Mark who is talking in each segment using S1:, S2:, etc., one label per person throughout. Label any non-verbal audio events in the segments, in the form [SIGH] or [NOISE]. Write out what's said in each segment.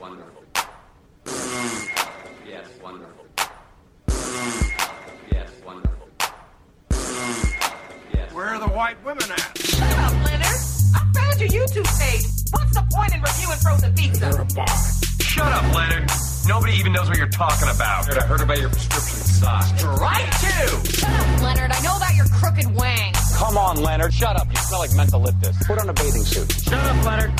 S1: wonderful. Yes, wonderful. Yes, wonderful. Yes.
S2: Where are the white women at?
S3: Shut up, Leonard. I found your YouTube page. What's the point in reviewing frozen pizza?
S4: Shut up, Leonard. Nobody even knows what you're talking about. I heard about your prescription sauce.
S3: Right to.
S5: Shut up, Leonard. I know about your crooked wang.
S6: Come on, Leonard. Shut up. You smell like mentholyptus. Put on a bathing suit.
S4: Shut up, Leonard.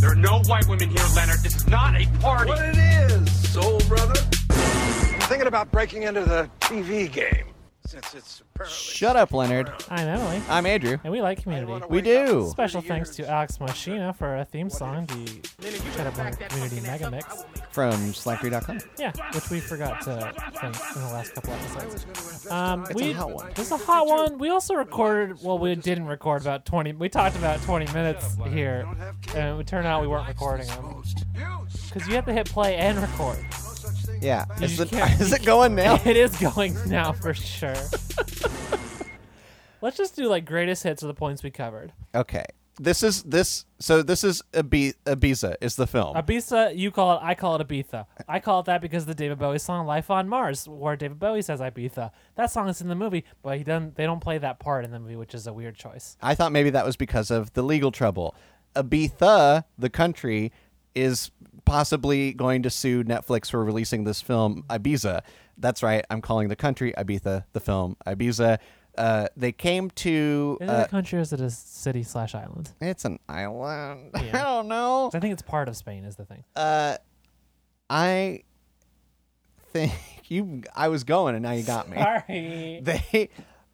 S4: There are no white women here, Leonard. This is not a party.
S2: What it is, soul brother? I'm thinking about breaking into the TV game since it's apparently.
S7: Shut up, Leonard.
S8: I'm Emily,
S7: I'm Andrew.
S8: and we like
S2: I
S8: community.
S2: wanna
S7: We
S2: wake up
S7: do.
S2: in
S8: Special
S2: 30
S8: thanks to
S2: years.
S8: Alex Machina for our theme song, the Shut Up Leonard Community Mega Mix.
S7: From slackery.com.
S8: Yeah, which we forgot to thank in the last couple episodes. Um, we,
S7: hot one.
S8: This is a hot one. We also recorded, well, we didn't record about 20, we talked about 20 minutes here, and it would turn out we weren't recording them. Because you have to hit play and record. [LAUGHS]
S7: Yeah. Is
S8: You
S7: it, [LAUGHS]
S8: can't-
S7: is it going
S8: [LAUGHS]
S7: now?
S8: It is going now for sure. Let's just do like greatest hits of the points we covered.
S7: Okay. This is this. So this is Ibi- Ibiza is the film.
S8: Ibiza, you call it, I call it Ibiza. I call it that because of the David Bowie song "Life on Mars," where David Bowie says Ibiza. That song is in the movie, but he doesn't. They don't play that part in the movie, which is a weird choice.
S7: I thought maybe that was because of the legal trouble. Ibiza, the country, is possibly going to sue Netflix for releasing this film Ibiza. That's right. I'm calling the country Ibiza, the film Ibiza. Uh, they came to.
S8: Is it
S7: Uh,
S8: a country or is it a city slash island?
S7: it's an island. [LAUGHS] I
S8: Yeah.
S7: don't know.
S8: 'Cause I think it's part of Spain. Is the thing.
S7: Uh, I think [LAUGHS] you. I was going, and now you got me. [LAUGHS]
S8: Sorry.
S7: they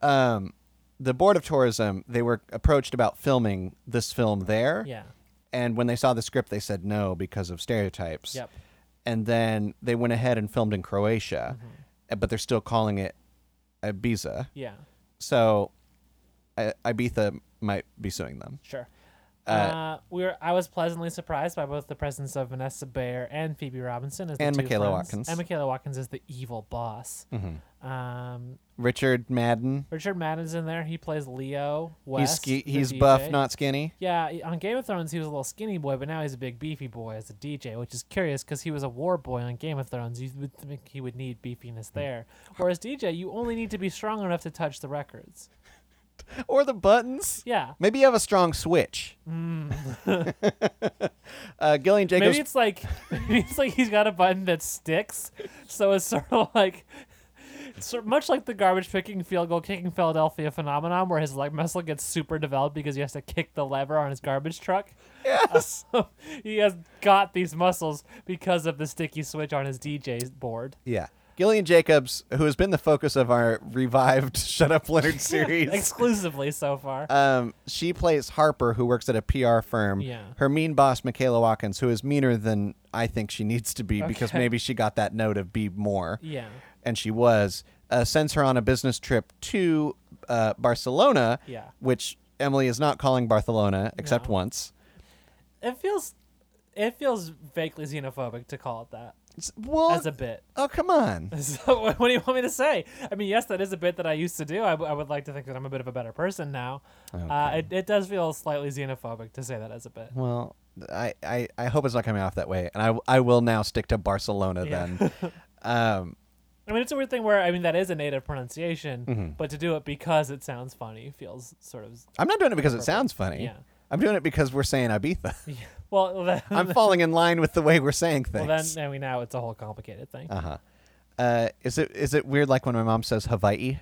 S7: um the board of tourism they were approached about filming this film there
S8: Yeah.
S7: and when they saw the script they said no because of stereotypes
S8: Yep.
S7: and then they went ahead and filmed in croatia uh, but they're still calling it ibiza
S8: Mm-hmm. Yeah.
S7: so I ibiza might be suing them
S8: Sure. Uh, we were. I was pleasantly surprised by both the presence of Vanessa Bayer and Phoebe Robinson as the
S7: And
S8: two
S7: Michaela
S8: friends.
S7: Watkins. Mm-hmm.
S8: And Michaela Watkins is the evil boss. Um,
S7: richard madden
S8: Richard Madden's in there. He plays Leo West.
S7: he's ski-
S8: the
S7: he's buff
S8: DJ.
S7: not skinny
S8: Yeah, he- on Game of Thrones he was a little skinny boy, but now he's a big beefy boy as a DJ, which is curious because he was a war boy on Game of Thrones. You would think he would need beefiness there, whereas DJ, you only need to be strong enough to touch the records.
S7: or the buttons
S8: Yeah,
S7: maybe you have a strong switch [LAUGHS] uh gillian jacobs
S8: Mm. maybe it's like [LAUGHS] maybe it's like he's got a button that sticks, so it's sort of like. So much like the garbage picking field goal kicking Philadelphia phenomenon, where his leg muscle gets super developed because he has to kick the lever on his garbage truck. [LAUGHS] Yes. he has got these muscles because of the sticky switch on his DJ board.
S7: Yeah. Gillian Jacobs, who has been the focus of our revived [LAUGHS] Shut Up Leonard
S8: [LAUGHS]
S7: series,
S8: Exclusively so far.
S7: um, she plays Harper, who works at a PR firm.
S8: Yeah.
S7: Her mean boss, Michaela Watkins, who is meaner than I think she needs to be because
S8: Okay.
S7: maybe she got that note of be more.
S8: yeah.
S7: And she was, uh, sends her on a business trip to uh, Barcelona,
S8: Yeah.
S7: which Emily is not calling Barcelona except once.
S8: It feels it feels vaguely xenophobic to call it that.
S7: It's- well,
S8: As a bit.
S7: oh, come on.
S8: [LAUGHS] So what do you want me to say? I mean, yes, that is a bit that I used to do. I, w- I would like to think that I'm a bit of a better person now. Uh, it, it does feel slightly xenophobic to say that as a bit.
S7: Well, I, I, I hope it's not coming off that way. And I, I will now stick to Barcelona
S8: [LAUGHS]
S7: then. um,
S8: I mean, it's a weird thing where I mean that is a native pronunciation, but to do it because it sounds funny feels sort of
S7: I'm not doing it because it sounds funny.
S8: Yeah.
S7: I'm doing it because we're saying
S8: [LAUGHS]
S7: Ibiza.
S8: well. Then,
S7: I'm falling in line with the way we're saying
S8: well, then
S7: things.
S8: I mean now it's a whole complicated thing.
S7: uh, is it is it weird like when my mom says Hawaii?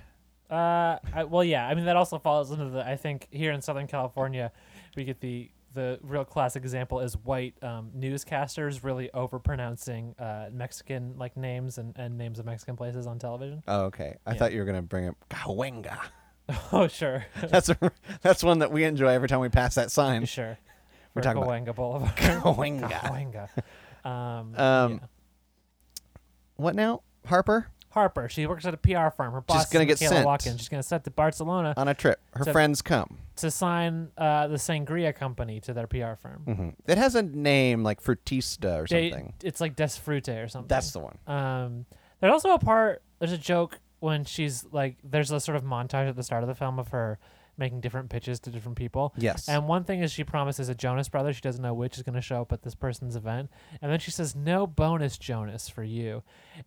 S8: Uh, I, well, yeah. I mean, that also falls into the. I think here in Southern California, we get the the real classic example is white um, newscasters really overpronouncing uh, Mexican like names and, and names of Mexican places on
S7: [LAUGHS]
S8: television.
S7: Oh, okay. I thought you were gonna bring up Cahuenga.
S8: oh, sure,
S7: [LAUGHS] That's a, that's one that we enjoy every time we pass that sign.
S8: [LAUGHS] sure.
S7: We're
S8: Or
S7: talking about [LAUGHS]
S8: Cahuenga Boulevard.
S7: Cahuenga.
S8: Cahuenga. Um,
S7: Um,
S8: yeah.
S7: What now, Harper?
S8: Harper. She works at a PR firm. Her boss is
S7: gonna get
S8: Michaela
S7: sent. Uh.
S8: Watkins. She's gonna sent to Barcelona
S7: On a trip, her
S8: So-
S7: friends come.
S8: to sign uh, the Sangria company to their PR firm.
S7: Mm-hmm. It has a name like Frutista or Hmm. something.
S8: They, it's like Desfrute or something.
S7: That's the one.
S8: Um, there's also a part. There's a joke when she's like. There's a sort of montage at the start of the film of her making different pitches to different people.
S7: Yes.
S8: And one thing is she promises a Jonas brother. She doesn't know which is going to show up at this person's event. And then she says, no bonus Jonas for you.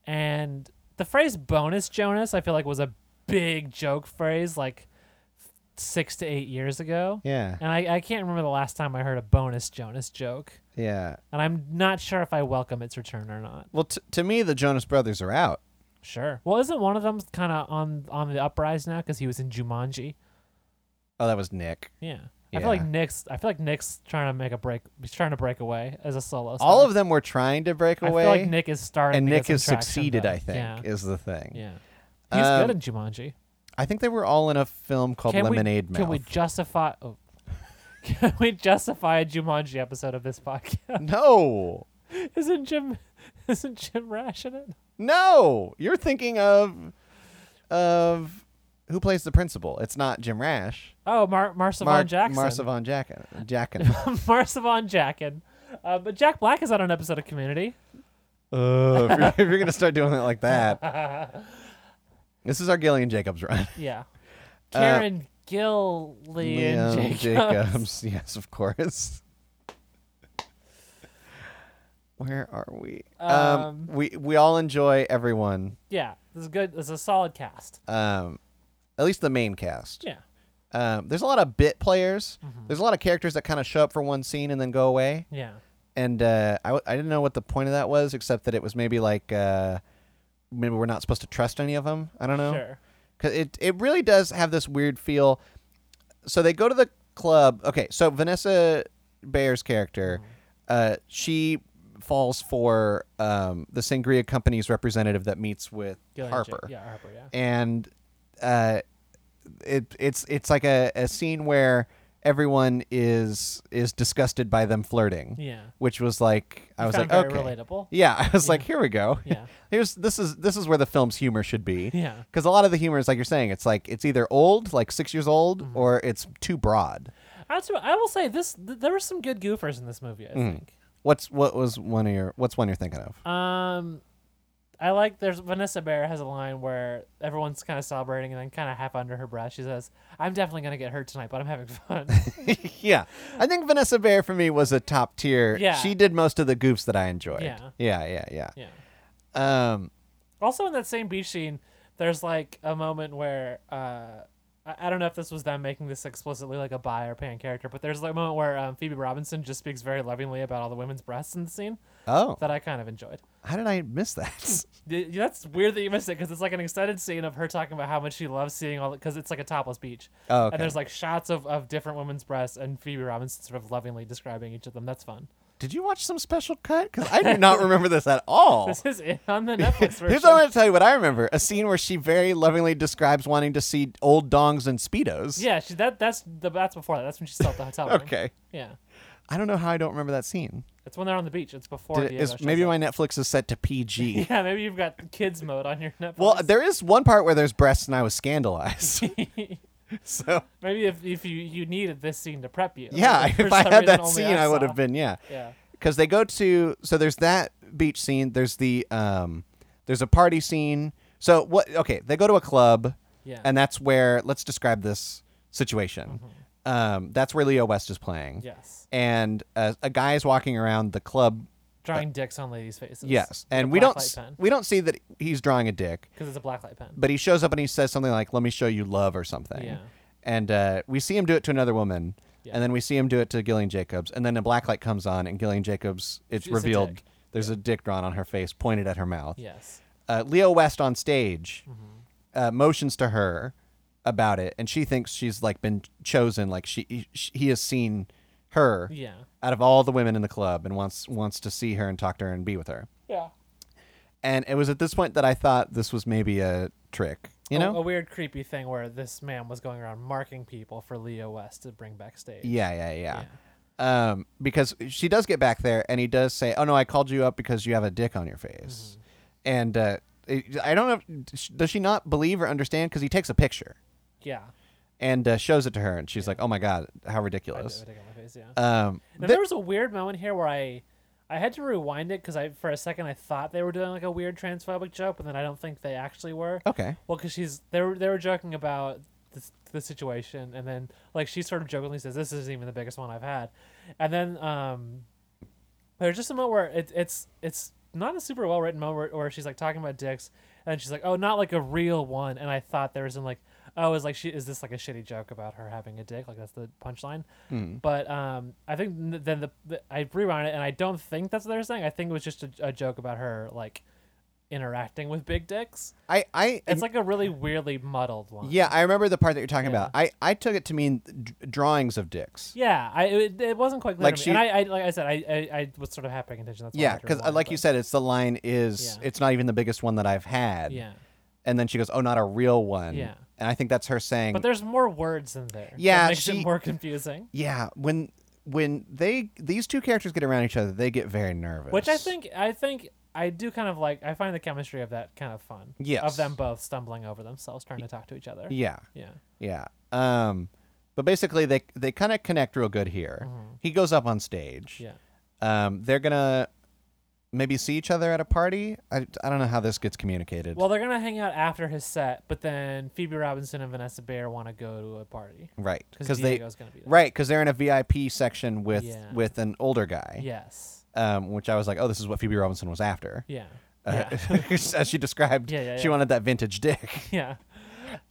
S8: And the phrase bonus Jonas, I feel like was a big joke phrase like six to eight years ago.
S7: Yeah.
S8: And I, I can't remember the last time I heard a bonus Jonas joke.
S7: Yeah.
S8: And I'm not sure if I welcome its return or not.
S7: Well, t- to me, the Jonas Brothers are out.
S8: Sure. Well, isn't one of them kind of on on the uprise now because he was in Jumanji?
S7: Oh, that was Nick.
S8: Yeah. I feel like
S7: Yeah.
S8: Nick's. I feel like Nick's trying to make a break. He's trying to break away as a solo.
S7: All
S8: star.
S7: of them were trying to break
S8: I
S7: away.
S8: feel like Nick is starting.
S7: and
S8: to get
S7: Nick
S8: some
S7: has
S8: traction,
S7: succeeded,
S8: though.
S7: I think,
S8: Yeah.
S7: is the thing.
S8: yeah. He's
S7: Um,
S8: good in Jumanji.
S7: I think they were all in a film called
S8: Can
S7: Lemonade
S8: we,
S7: Mouth.
S8: Can we justify? Oh. [LAUGHS] Can we justify a Jumanji episode of this
S7: [LAUGHS]
S8: podcast?
S7: no,
S8: [LAUGHS] Isn't Jim? [LAUGHS] Isn't Jim Rash in it?
S7: no, you're thinking of of who plays the principal. It's not Jim Rash.
S8: Oh, Mar- Marcevon
S7: Mar-
S8: Jackson. [LAUGHS]
S7: Marcevon Jack- Jackin.
S8: Marcevon Jackin. Uh, but Jack Black is on an episode of Community.
S7: Ugh, if, you're, if you're gonna start doing it like that,
S8: [LAUGHS]
S7: this is our Gillian Jacobs run.
S8: Yeah.
S7: Uh,
S8: Karen Gillian
S7: Liam
S8: Jacobs.
S7: Jacobs, [LAUGHS] yes, of course. Where are we? um,
S8: Um,
S7: we we all enjoy everyone.
S8: [LAUGHS] Yeah, this is good. This is a solid cast.
S7: um, at least the main cast.
S8: Yeah. Mm-hmm.
S7: Um, there's a lot of bit players. There's a lot of characters that kind of show up for one scene and then go away.
S8: Yeah.
S7: And uh, I, w- I didn't know what the point of that was, except that it was maybe like uh, maybe we're not supposed to trust any of them. I don't know.
S8: Sure.
S7: 'Cause it it really does have this weird feel. So they go to the club. Okay, so Vanessa Bayer's character,
S8: Mm-hmm.
S7: uh, she falls for um, the Sangria Company's representative that meets with
S8: Gillian Ja-
S7: Harper
S8: yeah, Harper, yeah.
S7: and uh, it it's it's like a, a scene where everyone is is disgusted by them flirting.
S8: Yeah.
S7: Which was like I was
S8: found
S7: like
S8: very
S7: okay.
S8: relatable.
S7: Yeah, I was like here we go. [LAUGHS]
S8: Yeah.
S7: Here's this is this is where the film's humor should be.
S8: Yeah.
S7: Cuz a lot of the humor is like you're saying it's like it's either old, like 6 years old,
S8: Mm-hmm.
S7: or it's too broad.
S8: That's what- I will say this th- there were some good goofers in this movie, I
S7: Mm.
S8: think.
S7: What's what was one of your what's one you're thinking of?
S8: Um I like there's Vanessa Bear has a line where everyone's kind of celebrating and then kind of half under her breath she says, "I'm definitely going to get hurt tonight, but I'm having fun."
S7: [LAUGHS]
S8: [LAUGHS]
S7: yeah. I think Vanessa Bayer for me was a top tier.
S8: Yeah.
S7: She did most of the goofs that I enjoyed.
S8: Yeah.
S7: Yeah, yeah, yeah.
S8: yeah.
S7: Um,
S8: Also, in that same beach scene, there's like a moment where uh, I, I don't know if this was them making this explicitly like a bi or pan character, but there's like a moment where um, Phoebe Robinson just speaks very lovingly about all the women's breasts in the scene
S7: oh,
S8: that I kind of enjoyed.
S7: how did I miss
S8: [LAUGHS]
S7: that?
S8: Y- That's weird that you missed it because it's like an extended scene of her talking about how much she loves seeing all because it's like a topless beach.
S7: Oh, okay.
S8: And there's like shots of, of different women's breasts and Phoebe Robinson sort of lovingly describing each of them. That's fun. [LAUGHS]
S7: did you watch some special cut? Because I do not remember this at all.
S8: This is it on
S7: [LAUGHS]
S8: the Netflix version.
S7: Here's what I'm going to tell you what I remember a scene where she very lovingly describes wanting to see old dongs and Speedos.
S8: yeah, she, that that's the that's before that. That's when she's still at
S7: [LAUGHS]
S8: the hotel. room.
S7: Okay.
S8: Yeah.
S7: I don't know how I don't remember that scene.
S8: It's when they're on the beach. It's before
S7: Did it,
S8: Diego
S7: is,
S8: shows
S7: maybe
S8: up.
S7: my Netflix is set to PG.
S8: [LAUGHS] yeah. Maybe you've got kids mode on your Netflix.
S7: Well, there is one part where there's breasts and I was
S8: [LAUGHS]
S7: scandalized. [LAUGHS] so,
S8: maybe if, if you you needed this scene to prep you.
S7: yeah,
S8: [LAUGHS] For
S7: if I
S8: some
S7: had
S8: reason
S7: that
S8: only
S7: scene, I would
S8: saw.
S7: have been, yeah.
S8: Yeah.
S7: because they go to so there's that beach scene there's the um there's a party scene so what okay they go to a club
S8: Yeah.
S7: and that's where let's describe this situation um that's where leo west is playing
S8: Mm-hmm. Yes.
S7: and uh, a guy is walking around the club
S8: Drawing dicks on ladies' faces.
S7: yes
S8: with a
S7: and we don't
S8: blacklight
S7: s-
S8: pen
S7: we don't see that he's drawing a dick
S8: because it's a blacklight pen.
S7: but he shows up and he says something like let me show you love or something
S8: Yeah.
S7: and uh, we see him do it to another woman
S8: Yeah.
S7: and then we see him do it to Gillian Jacobs, and then a black light comes on, and Gillian Jacobs, it's
S8: She's a
S7: revealed
S8: dick.
S7: there's a dick drawn on her face, pointed at her mouth.
S8: Yes.
S7: Uh, Leo West on stage
S8: Mm-hmm.
S7: uh, motions to her about it, and she thinks she's like been chosen, like she, she he has seen her
S8: Yeah.
S7: out of all the women in the club, and wants wants to see her and talk to her and be with her.
S8: Yeah.
S7: And it was at this point that I thought this was maybe a trick, you know?
S8: a, weird, creepy thing where this man was going around marking people for Leo West to bring backstage.
S7: Yeah, yeah, yeah. Um, because she does get back there, and he does say, "Oh no, I called you up because you have a dick on your face,"
S8: Mm-hmm.
S7: and uh, it- I don't know, if, does she not believe or understand? Because he takes a picture
S8: Yeah.
S7: and uh, shows it to her, and she's like, "Oh my god, how ridiculous!"
S8: Dick on my face, yeah.
S7: Um,
S8: Now,
S7: th-
S8: there was a weird moment here where I, I had to rewind it because I, for a second, I thought they were doing like a weird transphobic joke, but then I don't think they actually were.
S7: Okay.
S8: Well, because she's they were they were joking about the, the situation, and then like she sort of jokingly says, "This isn't even the biggest one I've had," and then um, there's just a moment where it, it's it's not a super well written moment where, where she's like talking about dicks and she's like, oh, not like a real one. And I thought there was in like, oh, is like she is this like a shitty joke about her having a dick? Like that's the punchline. But um, I think n- then the, the I rewound it and I don't think that's what they were saying. I think it was just a, a joke about her like interacting with big dicks.
S7: I, I
S8: It's like a really weirdly muddled one.
S7: yeah, I remember the part that you're talking about. I, I took it to mean d- drawings of dicks.
S8: Yeah, I it, it wasn't quite clear
S7: Like
S8: to me.
S7: she-
S8: and I, I like I said, I, I, I was sort of half paying attention. That's why I
S7: Yeah,
S8: had to
S7: because
S8: rewind it,
S7: like you
S8: but-
S7: said, it's the line is
S8: Yeah.
S7: it's not even the biggest one that I've had.
S8: yeah.
S7: and then she goes, "Oh, not a real one."
S8: Yeah.
S7: and I think that's her saying.
S8: But there's more words in there. that
S7: Yeah,
S8: makes
S7: she-
S8: it more confusing.
S7: yeah, when when they these two characters get around each other, they get very nervous.
S8: Which I think I think I do kind of like. I find the chemistry of that kind of fun.
S7: Yes.
S8: Of them both stumbling over themselves, trying to talk to each other.
S7: Yeah,
S8: Yeah.
S7: yeah. Um, but basically, they they kind of connect real good here.
S8: Mm-hmm.
S7: He goes up on stage.
S8: Yeah.
S7: Um, they're gonna maybe see each other at a party. I, I don't know how this gets communicated.
S8: Well, they're gonna hang out after his set, but then Phoebe Robinson and Vanessa Bayer want to go to a party.
S7: right,
S8: 'Cause
S7: because they
S8: Diego's gonna be there.
S7: right because they're in a VIP section with
S8: Yeah.
S7: with an older guy.
S8: Yes.
S7: Um, which I was like, oh, this is what Phoebe Robinson was after.
S8: Yeah.
S7: Uh,
S8: Yeah. [LAUGHS]
S7: [LAUGHS] as she described,
S8: Yeah, yeah,
S7: she
S8: yeah.
S7: wanted that vintage dick. [LAUGHS]
S8: yeah.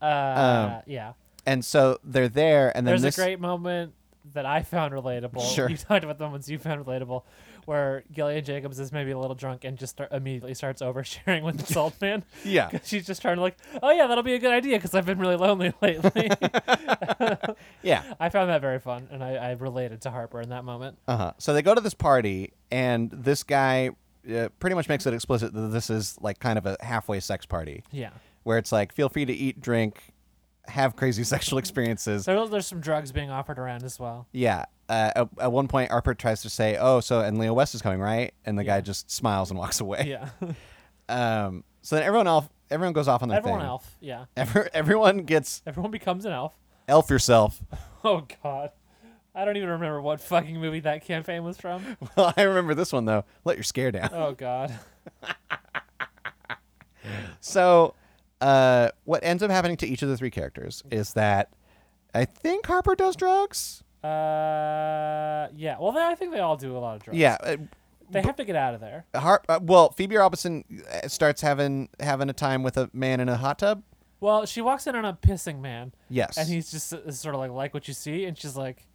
S7: Um,
S8: Uh, yeah.
S7: And so they're there, and then
S8: There's
S7: this
S8: a great moment that I found relatable.
S7: [LAUGHS] Sure.
S8: You talked about the moments you found relatable, where Gillian Jacobs is maybe a little drunk and just start, immediately starts oversharing with
S7: [LAUGHS]
S8: the Salt Man.
S7: Yeah.
S8: 'Cause she's just trying to like, oh yeah, that'll be a good idea because I've been really lonely [LAUGHS]
S7: [LAUGHS]
S8: lately.
S7: yeah.
S8: I found that very fun, and I, I related to Harper in that moment.
S7: Uh-huh. So they go to this party, and this guy uh, pretty much makes it explicit that this is like kind of a halfway sex party,
S8: Yeah.
S7: where it's like feel free to eat, drink, have crazy [LAUGHS] sexual experiences.
S8: So there's some drugs being offered around as well.
S7: yeah. Uh, at, at one point, Arper tries to say, "Oh, so and Leo West is coming, right?" And the guy just smiles and walks away. [LAUGHS]
S8: Yeah.
S7: Um. So then everyone elf, everyone goes off on their
S8: [LAUGHS] Everyone
S7: thing.
S8: elf. Yeah.
S7: Every, everyone gets
S8: Everyone becomes an elf. [LAUGHS]
S7: elf yourself. [LAUGHS]
S8: Oh God. I don't even remember what fucking movie that campaign was
S7: [LAUGHS]
S8: from.
S7: well, I remember this one though. Let your scare down.
S8: Oh God.
S7: So, uh, what ends up happening to each of the three characters is that I think Harper does drugs.
S8: Uh, yeah. Well, they, I think they all do a lot of drugs.
S7: Yeah. uh,
S8: They have to get out of there.
S7: Har- uh, well, Phoebe Robinson uh, starts having having a time with a man in a hot tub.
S8: Well, she walks in on a pissing man.
S7: Yes.
S8: And he's just uh, sort of like, like what you see, and she's like,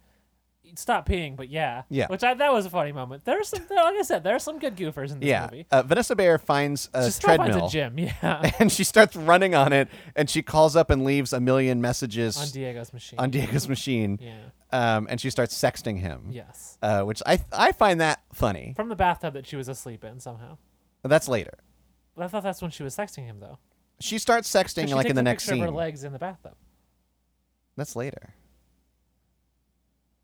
S8: stop peeing, but yeah.
S7: Yeah.
S8: Which I, that was a funny moment. There's some, there, like I said, there are some good goofers in this
S7: Yeah.
S8: movie.
S7: Uh, Vanessa Bayer finds a
S8: She still finds
S7: treadmill
S8: a gym, [LAUGHS] yeah,
S7: [LAUGHS] and she starts running on it, and she calls up and leaves a million messages
S8: on Diego's machine.
S7: on Diego's machine.
S8: Yeah.
S7: Um, and she starts sexting him.
S8: yes.
S7: Uh, which I I find that funny.
S8: From the bathtub that she was asleep in somehow.
S7: That's later.
S8: But I thought that's when she was sexting him though.
S7: She starts sexting
S8: she
S7: like in
S8: takes
S7: the
S8: a
S7: next
S8: picture
S7: scene.
S8: Of her legs in the bathtub.
S7: That's later.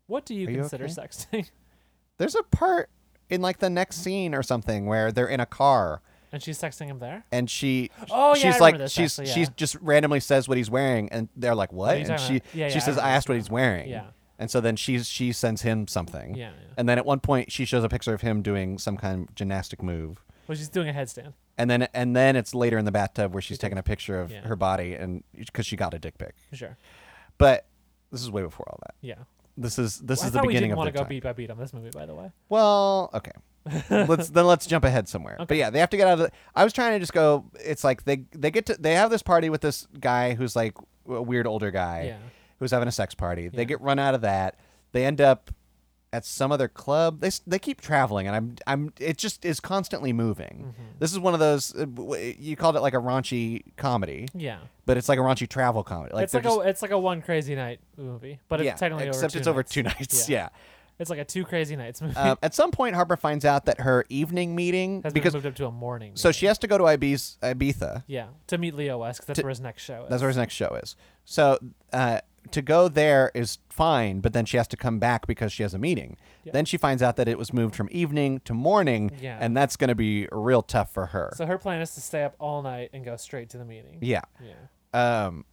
S8: What do you
S7: Are you
S8: consider
S7: okay?
S8: sexting? [LAUGHS]
S7: There's a part in like the next scene or something where they're in a car
S8: and she's sexting him there.
S7: and she
S8: Oh, yeah, I
S7: she's
S8: remember
S7: like
S8: this,
S7: she's
S8: actually,
S7: she's
S8: yeah.
S7: just randomly says what he's wearing and they're like what,
S8: are you
S7: and she
S8: talking about? Yeah,
S7: she
S8: yeah, I
S7: says I,
S8: remember
S7: asked what he's wearing
S8: Yeah.
S7: and so then she she sends him something
S8: Yeah, yeah.
S7: and then at one point she shows a picture of him doing some kind of gymnastic move
S8: Well, she's doing a headstand.
S7: and then and then it's later in the bathtub where she's taking a picture of
S8: Yeah.
S7: her body and because she got a dick pic
S8: Sure.
S7: but this is way before all that
S8: Yeah.
S7: this is this
S8: I
S7: is the
S8: thought we
S7: beginning
S8: didn't
S7: of
S8: want
S7: the
S8: to go
S7: time.
S8: beat by beat on this movie, by the way.
S7: Well, okay. let's then let's jump ahead somewhere. But yeah, they have to get out of the I was trying to just go it's like they they get to they have this party with this guy who's like a weird older guy
S8: Yeah.
S7: who's having a sex party. They get run out of that. They end up at some other club. They s- they keep traveling and I'm I'm it just is constantly moving.
S8: Mm-hmm.
S7: This is one of those uh, w- you called it like a raunchy comedy.
S8: Yeah.
S7: But it's like a raunchy travel comedy. Like
S8: it's like
S7: they're just-
S8: a it's like a one crazy night movie, but
S7: yeah,
S8: it's technically
S7: except
S8: over
S7: it's
S8: two
S7: over
S8: nights.
S7: two [LAUGHS] nights.
S8: Yeah.
S7: Yeah.
S8: It's like a two crazy nights [LAUGHS] movie.
S7: Um, at some point, Harper finds out that her evening meeting
S8: has
S7: because
S8: been moved up to a morning.
S7: So
S8: meeting.
S7: she has to go to Ibiza. Ibiza.
S8: yeah to meet Leo West. 'cause That's where his next show is.
S7: That's where his next show is. So uh, to go there is fine, but then she has to come back because she has a meeting. Then she finds out that it was moved from evening to morning,
S8: Yeah.
S7: and that's going to be real tough for her.
S8: so her plan is to stay up all night and go straight to the meeting.
S7: yeah.
S8: Yeah.
S7: Um,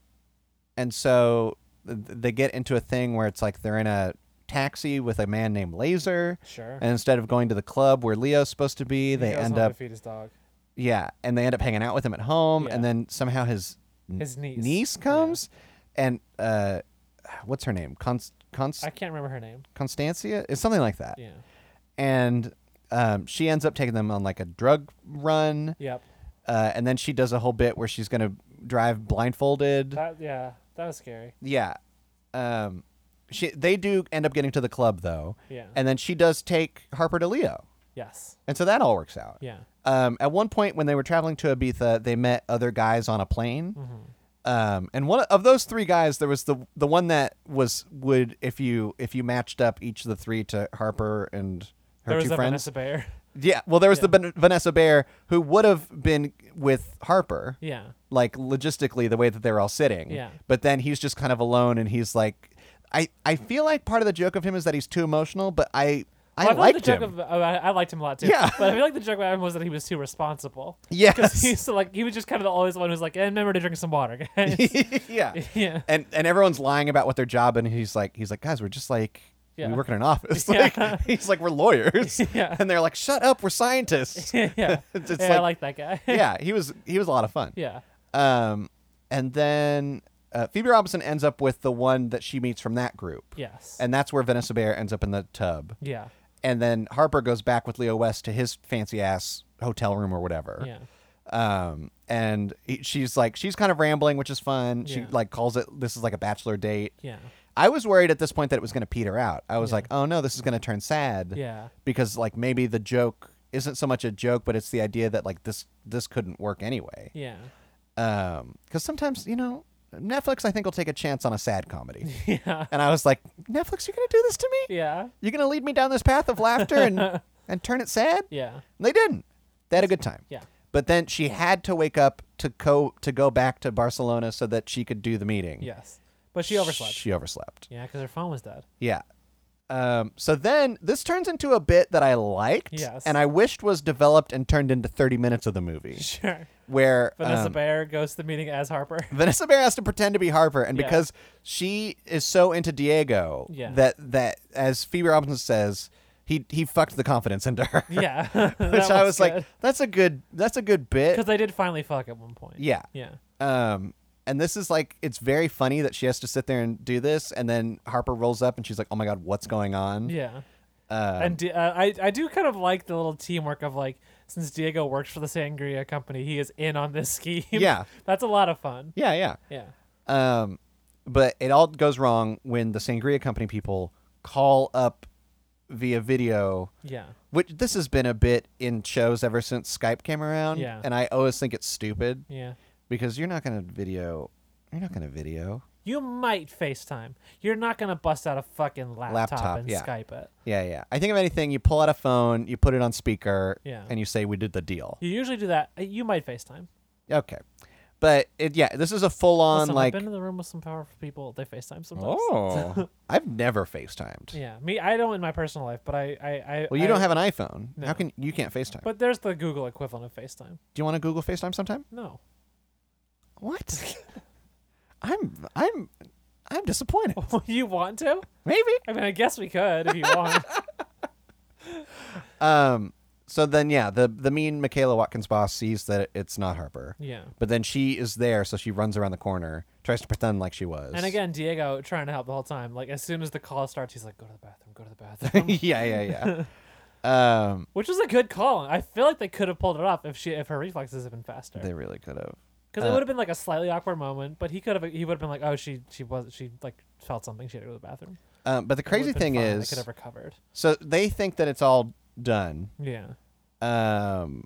S7: and so th- they get into a thing where it's like they're in a taxi with a man named Laser.
S8: Sure.
S7: And instead of going to the club where Leo's supposed to be,
S8: He
S7: they
S8: goes
S7: end
S8: home
S7: up
S8: to feed his dog.
S7: Yeah, and they end up hanging out with him at home,
S8: Yeah.
S7: and then somehow his n-
S8: His niece.
S7: niece comes, and uh, what's her name? Const- Const-
S8: I can't remember her name.
S7: Constancia? It's something like that.
S8: Yeah.
S7: And um, she ends up taking them on like a drug run.
S8: Yep.
S7: Uh, and then she does a whole bit where she's going to drive blindfolded.
S8: That yeah. That was scary.
S7: Yeah. Um, she they do end up getting to the club though.
S8: Yeah.
S7: And then she does take Harper to Leo,
S8: Yes.
S7: and so that all works out.
S8: Yeah.
S7: Um, at one point when they were traveling to Ibiza, they met other guys on a plane. Um, and one of those three guys, there was the the one that was would if you if you matched up each of the three to Harper and her
S8: there was
S7: two
S8: a
S7: friends.
S8: Vanessa Bayer.
S7: Yeah, well, there was the ben- Vanessa Bear who would have been with Harper.
S8: Yeah.
S7: Like logistically, the way that they're all sitting.
S8: Yeah.
S7: But then he's just kind of alone, and he's like, I I feel like part of the joke of him is that he's too emotional, but I I
S8: Well, feel like
S7: liked
S8: the
S7: him.
S8: joke Of, oh, I, I liked him a lot too.
S7: Yeah.
S8: But I feel like the joke about him was that he was
S7: [LAUGHS]
S8: too responsible.
S7: Yes.
S8: He's so, like he was just kind of the, always the one who's like, and remember to drink some water,
S7: [LAUGHS]
S8: guys.
S7: yeah.
S8: [LAUGHS] Yeah.
S7: And and everyone's lying about what their job, and he's like he's like guys, we're just like.
S8: Yeah.
S7: We work in an
S8: [LAUGHS]
S7: office.
S8: Yeah.
S7: Like, He's like, we're lawyers,
S8: [LAUGHS] Yeah.
S7: and they're like, "Shut up, we're scientists."
S8: [LAUGHS] yeah. Yeah,
S7: It's like-
S8: I like that guy.
S7: yeah, he was he was a lot of fun.
S8: [LAUGHS] yeah.
S7: Um, and then uh, Phoebe Robinson ends up with the one that she meets from that group.
S8: Yes.
S7: And that's where Vanessa Bayer ends up in the tub.
S8: yeah.
S7: And then Harper goes back with Leo West to his fancy ass hotel room or whatever.
S8: Yeah.
S7: Um, and he, she's like, she's kind of rambling, which is fun. She
S8: Yeah.
S7: like calls it, this is like a bachelor date.
S8: Yeah.
S7: I was worried at this point that it was going to peter out. I was like, oh no, this is going to turn sad.
S8: Yeah.
S7: Because like maybe the joke isn't so much a joke, but it's the idea that like this, this couldn't work anyway
S8: Yeah.
S7: because sometimes you know Netflix I think will take a chance on a sad comedy.
S8: [LAUGHS]
S7: Yeah. And I was like, Netflix, you're gonna do this to me?
S8: Yeah.
S7: You're gonna lead me down this path of laughter
S8: [LAUGHS]
S7: and and turn it sad?
S8: Yeah.
S7: And they didn't. They had a good time.
S8: Yeah.
S7: But then she had to wake up to co to go back to Barcelona so that she could do the meeting.
S8: Yes. But she overslept.
S7: She overslept.
S8: Yeah, because her phone was dead.
S7: Yeah. Um, so then this turns into a bit that I liked
S8: Yes.
S7: and I wished was developed and turned into 30 minutes of the movie
S8: [LAUGHS] Sure.
S7: where
S8: Vanessa
S7: um,
S8: Bayer goes to the meeting
S7: [LAUGHS]
S8: as Harper. [LAUGHS]
S7: Vanessa Bayer has to pretend to be Harper, and
S8: Yeah.
S7: because she is so into Diego,
S8: Yeah.
S7: that that as Phoebe Robinson says, he he fucked the confidence into her.
S8: yeah. [LAUGHS]
S7: [LAUGHS]
S8: That
S7: which I was like, that's a good that's a good
S8: because
S7: bit.
S8: they did finally fuck at one point.
S7: Yeah.
S8: Yeah.
S7: Um, and this is like it's very funny that she has to sit there and do this, and then Harper rolls up and she's like, oh my god, what's going on?
S8: Yeah. and Di- uh, I I do kind of like the little teamwork of like since Diego works for the Sangria company, he is in on this [LAUGHS] scheme.
S7: Yeah.
S8: That's a lot of fun.
S7: yeah, yeah.
S8: Yeah.
S7: Um, but it all goes wrong when the Sangria Company people call up via video.
S8: Yeah.
S7: which this has been a bit in shows ever since Skype came around.
S8: Yeah.
S7: And I always think it's stupid
S8: Yeah.
S7: because you're not going to video. You're not going to video.
S8: You might FaceTime. You're not gonna bust out a fucking laptop,
S7: Laptop,
S8: and
S7: yeah.
S8: Skype it.
S7: Yeah, yeah. I think of anything, you pull out a phone, you put it on speaker,
S8: Yeah.
S7: and you say, We did the deal.
S8: You usually do that. You might FaceTime.
S7: Okay. But it, yeah, this is a full on
S8: Listen, I've
S7: like.
S8: been in the room with some powerful people. They FaceTime sometimes.
S7: Oh. [LAUGHS] I've never FaceTimed.
S8: Yeah, me. I don't in my personal life, but I. I, I
S7: Well, you
S8: I-
S7: don't have an iPhone.
S8: No.
S7: How can you can't FaceTime?
S8: But there's the Google equivalent of FaceTime.
S7: Do you want to Google FaceTime sometime?
S8: No. [LAUGHS]
S7: What? I'm I'm I'm disappointed.
S8: you want to?
S7: Maybe.
S8: Oh. I mean, I guess we could if you want.
S7: [LAUGHS] Um. So then, yeah, the the mean Michaela Watkins boss sees that it's not Harper.
S8: Yeah.
S7: But then she is there, so she runs around the corner, tries to pretend like she was.
S8: and again, Diego trying to help the whole time. Like as soon as the call starts, he's like, "Go to the bathroom. Go to the
S7: [LAUGHS] [LAUGHS]
S8: bathroom,"
S7: yeah, yeah, yeah. um.
S8: which was a good call. I feel like they could have pulled it off if she if her reflexes had been faster.
S7: They uh, really could have.
S8: Because it would have been like a slightly awkward moment, but he could have he would have been like, "Oh, she she was she like felt something. She had to go to the bathroom."
S7: Um. But the
S8: It would've
S7: crazy
S8: been
S7: thing
S8: fine. they
S7: is,
S8: could have recovered.
S7: so they think that it's all done.
S8: Yeah.
S7: Um.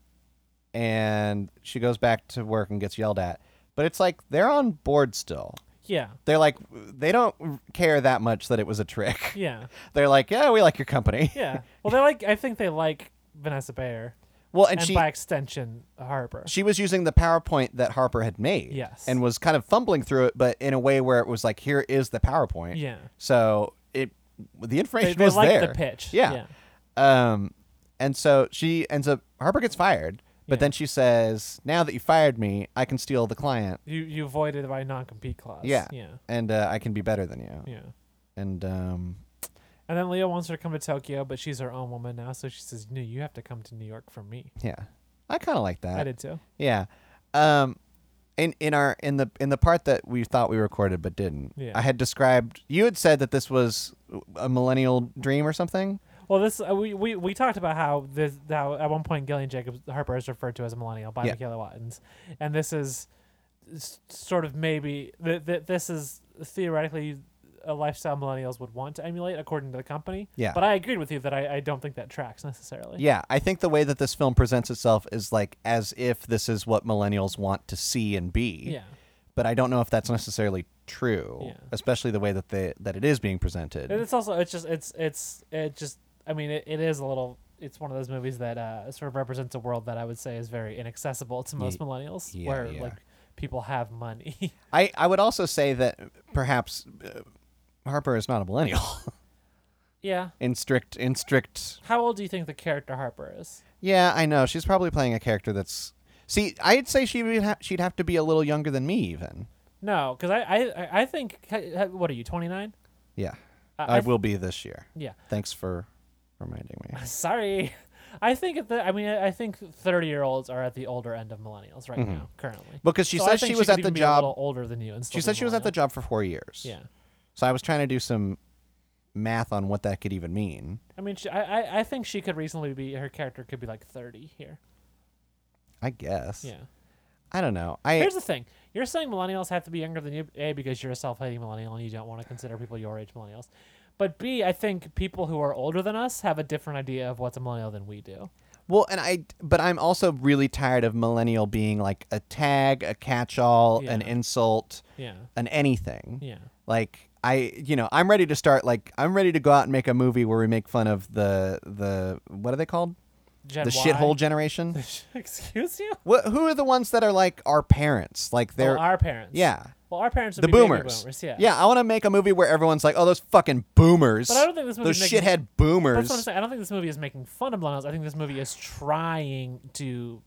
S7: And she goes back to work and gets yelled at, but it's like they're on board still.
S8: Yeah.
S7: They're like they don't care that much that it was a trick.
S8: Yeah.
S7: [LAUGHS] They're like, yeah, we like your company. [LAUGHS]
S8: Yeah. Well, they like. I think they like Vanessa Bayer,
S7: Well, and,
S8: and,
S7: she
S8: by extension Harper.
S7: she was using the PowerPoint that Harper had made.
S8: Yes.
S7: And was kind of fumbling through it, but in a way where it was like, here is the PowerPoint.
S8: Yeah.
S7: So it the information
S8: They- they
S7: was
S8: liked the
S7: there.
S8: pitch.
S7: Yeah. Um and so she ends up Harper gets fired, but
S8: Yeah.
S7: then she says, Now that you fired me, I can steal the client.
S8: You you avoided my non compete clause.
S7: Yeah.
S8: Yeah.
S7: And uh, I can be better than you.
S8: Yeah.
S7: And um
S8: And then Leo wants her to come to Tokyo, but she's her own woman now, so she says, "No, you have to come to New York for me."
S7: Uh, yeah. I kinda like that.
S8: I did too.
S7: Yeah. Um in in our in the in the part that we thought we recorded but didn't.
S8: Yeah.
S7: I had described. You had said that this was a millennial dream or something.
S8: Well, this uh, we, we we talked about how this how at one point Gillian Jacobs Harper is referred to as a millennial by
S7: Yeah.
S8: Michaela Watkins, and this is s- sort of maybe th- th- this is theoretically a lifestyle millennials would want to emulate according to the company.
S7: Yeah.
S8: But I agreed with you that I, I don't think that tracks necessarily.
S7: Yeah, I think the way that this film presents itself is like as if this is what millennials want to see and be.
S8: Yeah.
S7: But I don't know if that's necessarily true,
S8: Yeah.
S7: especially the way that they that it is being presented.
S8: And it's also it's just it's it's it just I mean it, it is a little it's one of those movies that uh, sort of represents a world that I would say is very inaccessible to most millennials,
S7: yeah,
S8: where
S7: yeah.
S8: like people have money. [LAUGHS]
S7: I I would also say that perhaps uh, Harper is not a millennial [LAUGHS]
S8: yeah.
S7: in strict in strict.
S8: How old do you think the character Harper is?
S7: Yeah, I know she's probably playing a character that's. See, I'd say she would ha- she'd have to be a little younger than me even.
S8: No, because I, I I- I think uh, what are you twenty nine?
S7: Yeah,
S8: I-
S7: I,
S8: I-
S7: will be this year.
S8: Yeah.
S7: Thanks for reminding
S8: [LAUGHS]
S7: me.
S8: Sorry, I think at the I mean I I think thirty year olds are at the older end of millennials right now currently.
S7: Mm-hmm. Because she
S8: So I
S7: said
S8: think
S7: she was
S8: could
S7: at the
S8: even be
S7: job-
S8: a little older than you. And still
S7: She
S8: be
S7: said she was at the
S8: millennial.
S7: job for four years.
S8: Yeah,
S7: So I was trying to do some math on what that could even mean.
S8: I mean she, I, I I think she could reasonably be her character could be like thirty here.
S7: I guess.
S8: Yeah.
S7: I don't know. I
S8: Here's the thing. You're saying millennials have to be younger than you, A, because you're a self hating millennial and you don't want to consider people your age millennials. But B, I think people who are older than us have a different idea of what's a millennial than we do.
S7: well, and I but I'm also really tired of millennial being like a tag, a catch-all, an
S8: Yeah.
S7: insult,
S8: Yeah.
S7: an anything.
S8: Yeah.
S7: Like I, you know, I'm ready to start. Like I'm ready to go out and make a movie where we make fun of the the what are they called?
S8: Gen
S7: the
S8: Y.
S7: shithole
S8: [LAUGHS]
S7: generation.
S8: Excuse you?
S7: what, who are the ones that are like our parents? Like they're
S8: well, Oh, our parents.
S7: yeah.
S8: Well, our parents would
S7: the
S8: be baby
S7: boomers.
S8: boomers. Yeah.
S7: I want to make a movie where everyone's like, "Oh, those fucking boomers."
S8: But I don't think this movie
S7: those
S8: makes-
S7: shithead
S8: That's
S7: boomers.
S8: what I'm saying. I don't think this movie is making fun of millennials. I think this movie is trying to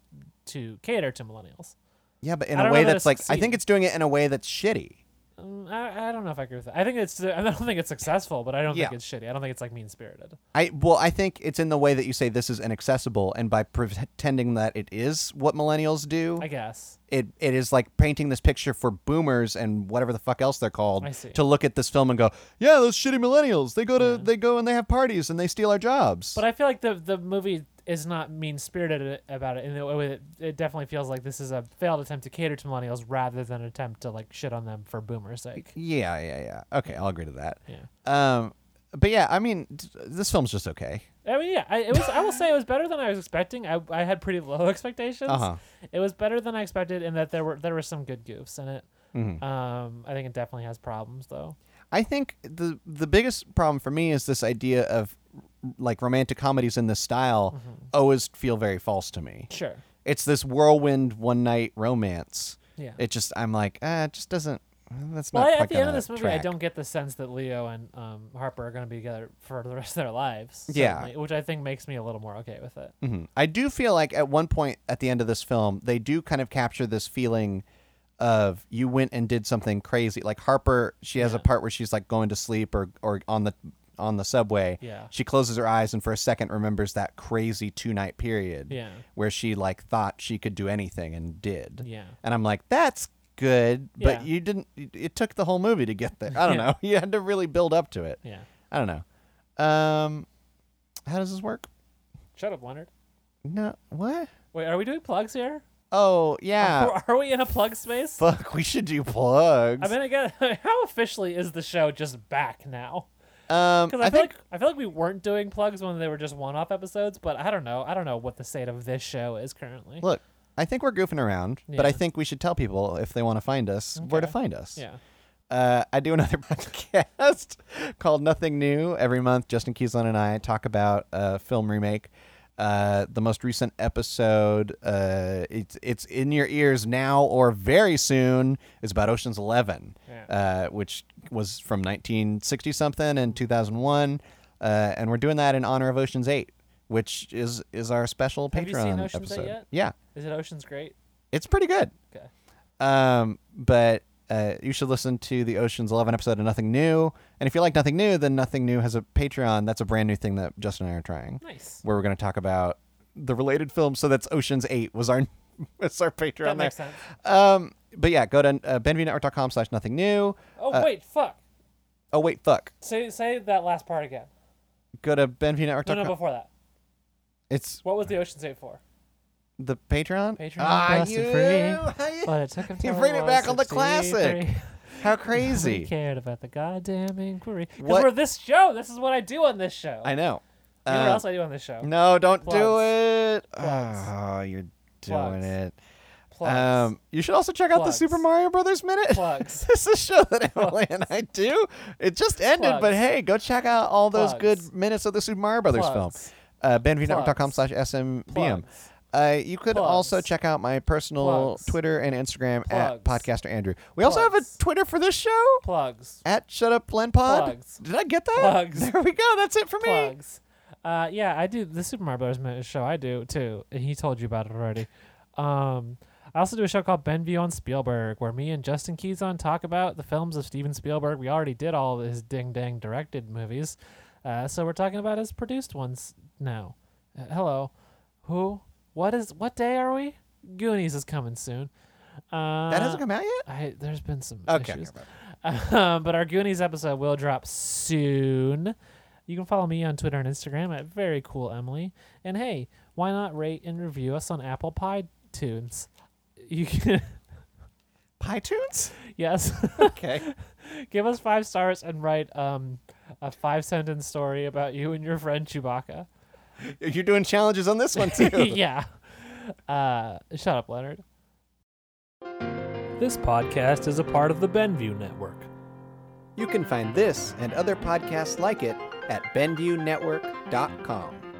S8: to cater to millennials.
S7: Yeah, but in
S8: I
S7: a
S8: don't
S7: way
S8: know that
S7: that's
S8: it's
S7: like, I think
S8: succeeding.
S7: it's doing it in a way that's shitty.
S8: Um, I, I don't know if I agree with that. I think it's I don't think it's successful, but I don't
S7: Yeah.
S8: think it's shitty. I don't think it's like mean spirited.
S7: I well, I think it's in the way that you say this is inaccessible, and by pretending that it is what millennials do,
S8: I guess.
S7: it it is like painting this picture for boomers and whatever the fuck else they're called
S8: I see.
S7: to look at this film and go, yeah, those shitty millennials. They go to they go and they have parties and they steal our jobs.
S8: But I feel like the the movie is not mean spirited about it in the way that it definitely feels like this is a failed attempt to cater to millennials rather than an attempt to like shit on them for boomers' sake.
S7: yeah, yeah, yeah. Okay, I'll agree to that.
S8: Yeah.
S7: Um, but yeah, I mean, t- this film's just okay.
S8: I mean, yeah, I, it was. I will say it was better than I was expecting. I, I had pretty low [LAUGHS] expectations.
S7: Uh-huh.
S8: It was better than I expected in that there were there were some good goofs in it. Um, I think it definitely has problems though.
S7: I think the the biggest problem for me is this idea of like romantic comedies in this style always feel very false to me.
S8: Mm-hmm. Sure.
S7: It's this whirlwind one night romance.
S8: Yeah.
S7: It just I'm like, ah, it just doesn't that's
S8: Well,
S7: not
S8: I,
S7: quite
S8: at the end of
S7: gonna
S8: this movie, I
S7: track.
S8: don't get the sense that Leo and um, Harper are going to be together for the rest of their lives.
S7: Yeah.
S8: certainly, which I think makes me a little more okay with it.
S7: Mhm. I do feel like at one point at the end of this film, they do kind of capture this feeling of you went and did something crazy. Like Harper, she has a part where she's like going to sleep or or on the on the subway.
S8: Yeah.
S7: She closes her eyes and for a second remembers that crazy two night period.
S8: Yeah.
S7: Where she like thought she could do anything and did.
S8: Yeah.
S7: And I'm like, that's good, but
S8: Yeah.
S7: you didn't. It took the whole movie to get there. I don't know. [LAUGHS] You had to really build up to it.
S8: Yeah.
S7: I don't know. Um, how does this work?
S8: Shut up, Leonard.
S7: No, what?
S8: Wait, are we doing plugs here?
S7: Oh yeah.
S8: Are- are we in a plug space?
S7: [LAUGHS] Fuck, we should do plugs.
S8: I mean, I guess [LAUGHS] how officially is the show just back now?
S7: um,
S8: Because I,
S7: I
S8: feel
S7: think
S8: like I feel like we weren't doing plugs when they were just one-off episodes, but I don't know. I don't know what the state of this show is currently.
S7: look, I think we're goofing around, but I
S8: Yeah.
S7: think we should tell people if they want to find us where to find us.
S8: yeah,
S7: Uh, I do another [LAUGHS] podcast called Nothing New every month. Justin Keeslin and I talk about a film remake. Uh, the most recent episode, uh, it's it's in your ears now or very soon, is about Ocean's Eleven, uh, which was from 1960 something and 2001, uh, and we're doing that in honor of Ocean's Eight, which is is our special Patreon
S8: Have you seen Ocean's Eight
S7: episode.
S8: yet?
S7: Yeah,
S8: is it Ocean's Great?
S7: it's pretty good.
S8: Okay.
S7: Um, but uh, you should listen to the Ocean's Eleven episode of Nothing New. And if you like Nothing New, then Nothing New has a Patreon. That's a brand new thing that Justin and I are trying.
S8: Nice.
S7: Where we're going to talk about the related films. So that's Ocean's Eight [LAUGHS] was our was our Patreon.
S8: That makes
S7: there.
S8: sense.
S7: Um, but yeah, go to uh, benvinetart.com slash nothing new.
S8: Oh wait, fuck.
S7: Oh, wait, fuck.
S8: Say say that last part again.
S7: Go to
S8: No,
S7: benvinetart.com.
S8: no, before that.
S7: It's
S8: What was the Ocean's Eight for?
S7: the Patreon.
S8: Patreon
S7: Ah,
S8: busted
S7: you,
S8: free.
S7: how
S8: But
S7: you,
S8: it took him
S7: [LAUGHS] you
S8: till
S7: bring it back on the
S8: 163.
S7: classic. How
S8: [LAUGHS] He
S7: crazy.
S8: cared about the goddamn inquiry. Because
S7: What-
S8: we're this show. This is what I do on this show.
S7: I know.
S8: you know what
S7: Uh,
S8: else I do on this show?
S7: No, don't do
S8: Plugs.
S7: it.
S8: Plugs.
S7: Oh, you're doing
S8: Plugs.
S7: it.
S8: Plugs.
S7: Um, you should also check out the
S8: Plugs.
S7: Super Mario Brothers Minute.
S8: Plugs.
S7: [LAUGHS] this is a show
S8: [LAUGHS]
S7: that Emily and I do. It just ended, but
S8: Plugs.
S7: hey, go check out all those
S8: Plugs.
S7: good minutes of the Super Mario Brothers
S8: Plugs.
S7: film. Uh, BenVNetwork.com
S8: Plugs.
S7: slash SMBM.
S8: Plugs.
S7: Uh, you could
S8: Plugs.
S7: also check out my personal
S8: Plugs.
S7: Twitter and Instagram at
S8: Plugs.
S7: Podcaster Andrew. We also have a
S8: Plugs.
S7: Twitter for this show
S8: plugs.
S7: at Shut Up Len Pod.
S8: Plugs.
S7: Did I get that?
S8: Plugs.
S7: There we go. That's it for me.
S8: Plugs. Uh, yeah, I do the Super Mario Brothers Minute show. I do too. and He told you about it already. Um, I also do a show called Benview on Spielberg, where me and Justin Keyson talk about the films of Steven Spielberg. We already did all of his ding dang directed movies, uh, so we're talking about his produced ones now. Uh, hello, who? What is? What day are we? Goonies is coming soon. Uh,
S7: That hasn't come out yet?
S8: I, there's been some
S7: Okay,
S8: issues.
S7: okay, okay.
S8: Um, [LAUGHS] but our Goonies episode will drop soon. You can follow me on Twitter and Instagram at very cool Emily. And hey, why not rate and review us on Apple Pie Tunes? You can [LAUGHS]
S7: PyTunes?
S8: yes,
S7: Okay.
S8: [LAUGHS]
S7: [LAUGHS]
S8: give us five stars and write um a five sentence story about you and your
S7: [LAUGHS]
S8: friend Chewbacca.
S7: You're doing challenges on this one too.
S8: yeah. Uh, shut up, Leonard. This podcast is a part of the Benview Network.
S7: You can find this and other podcasts like it at BenviewNetwork.com.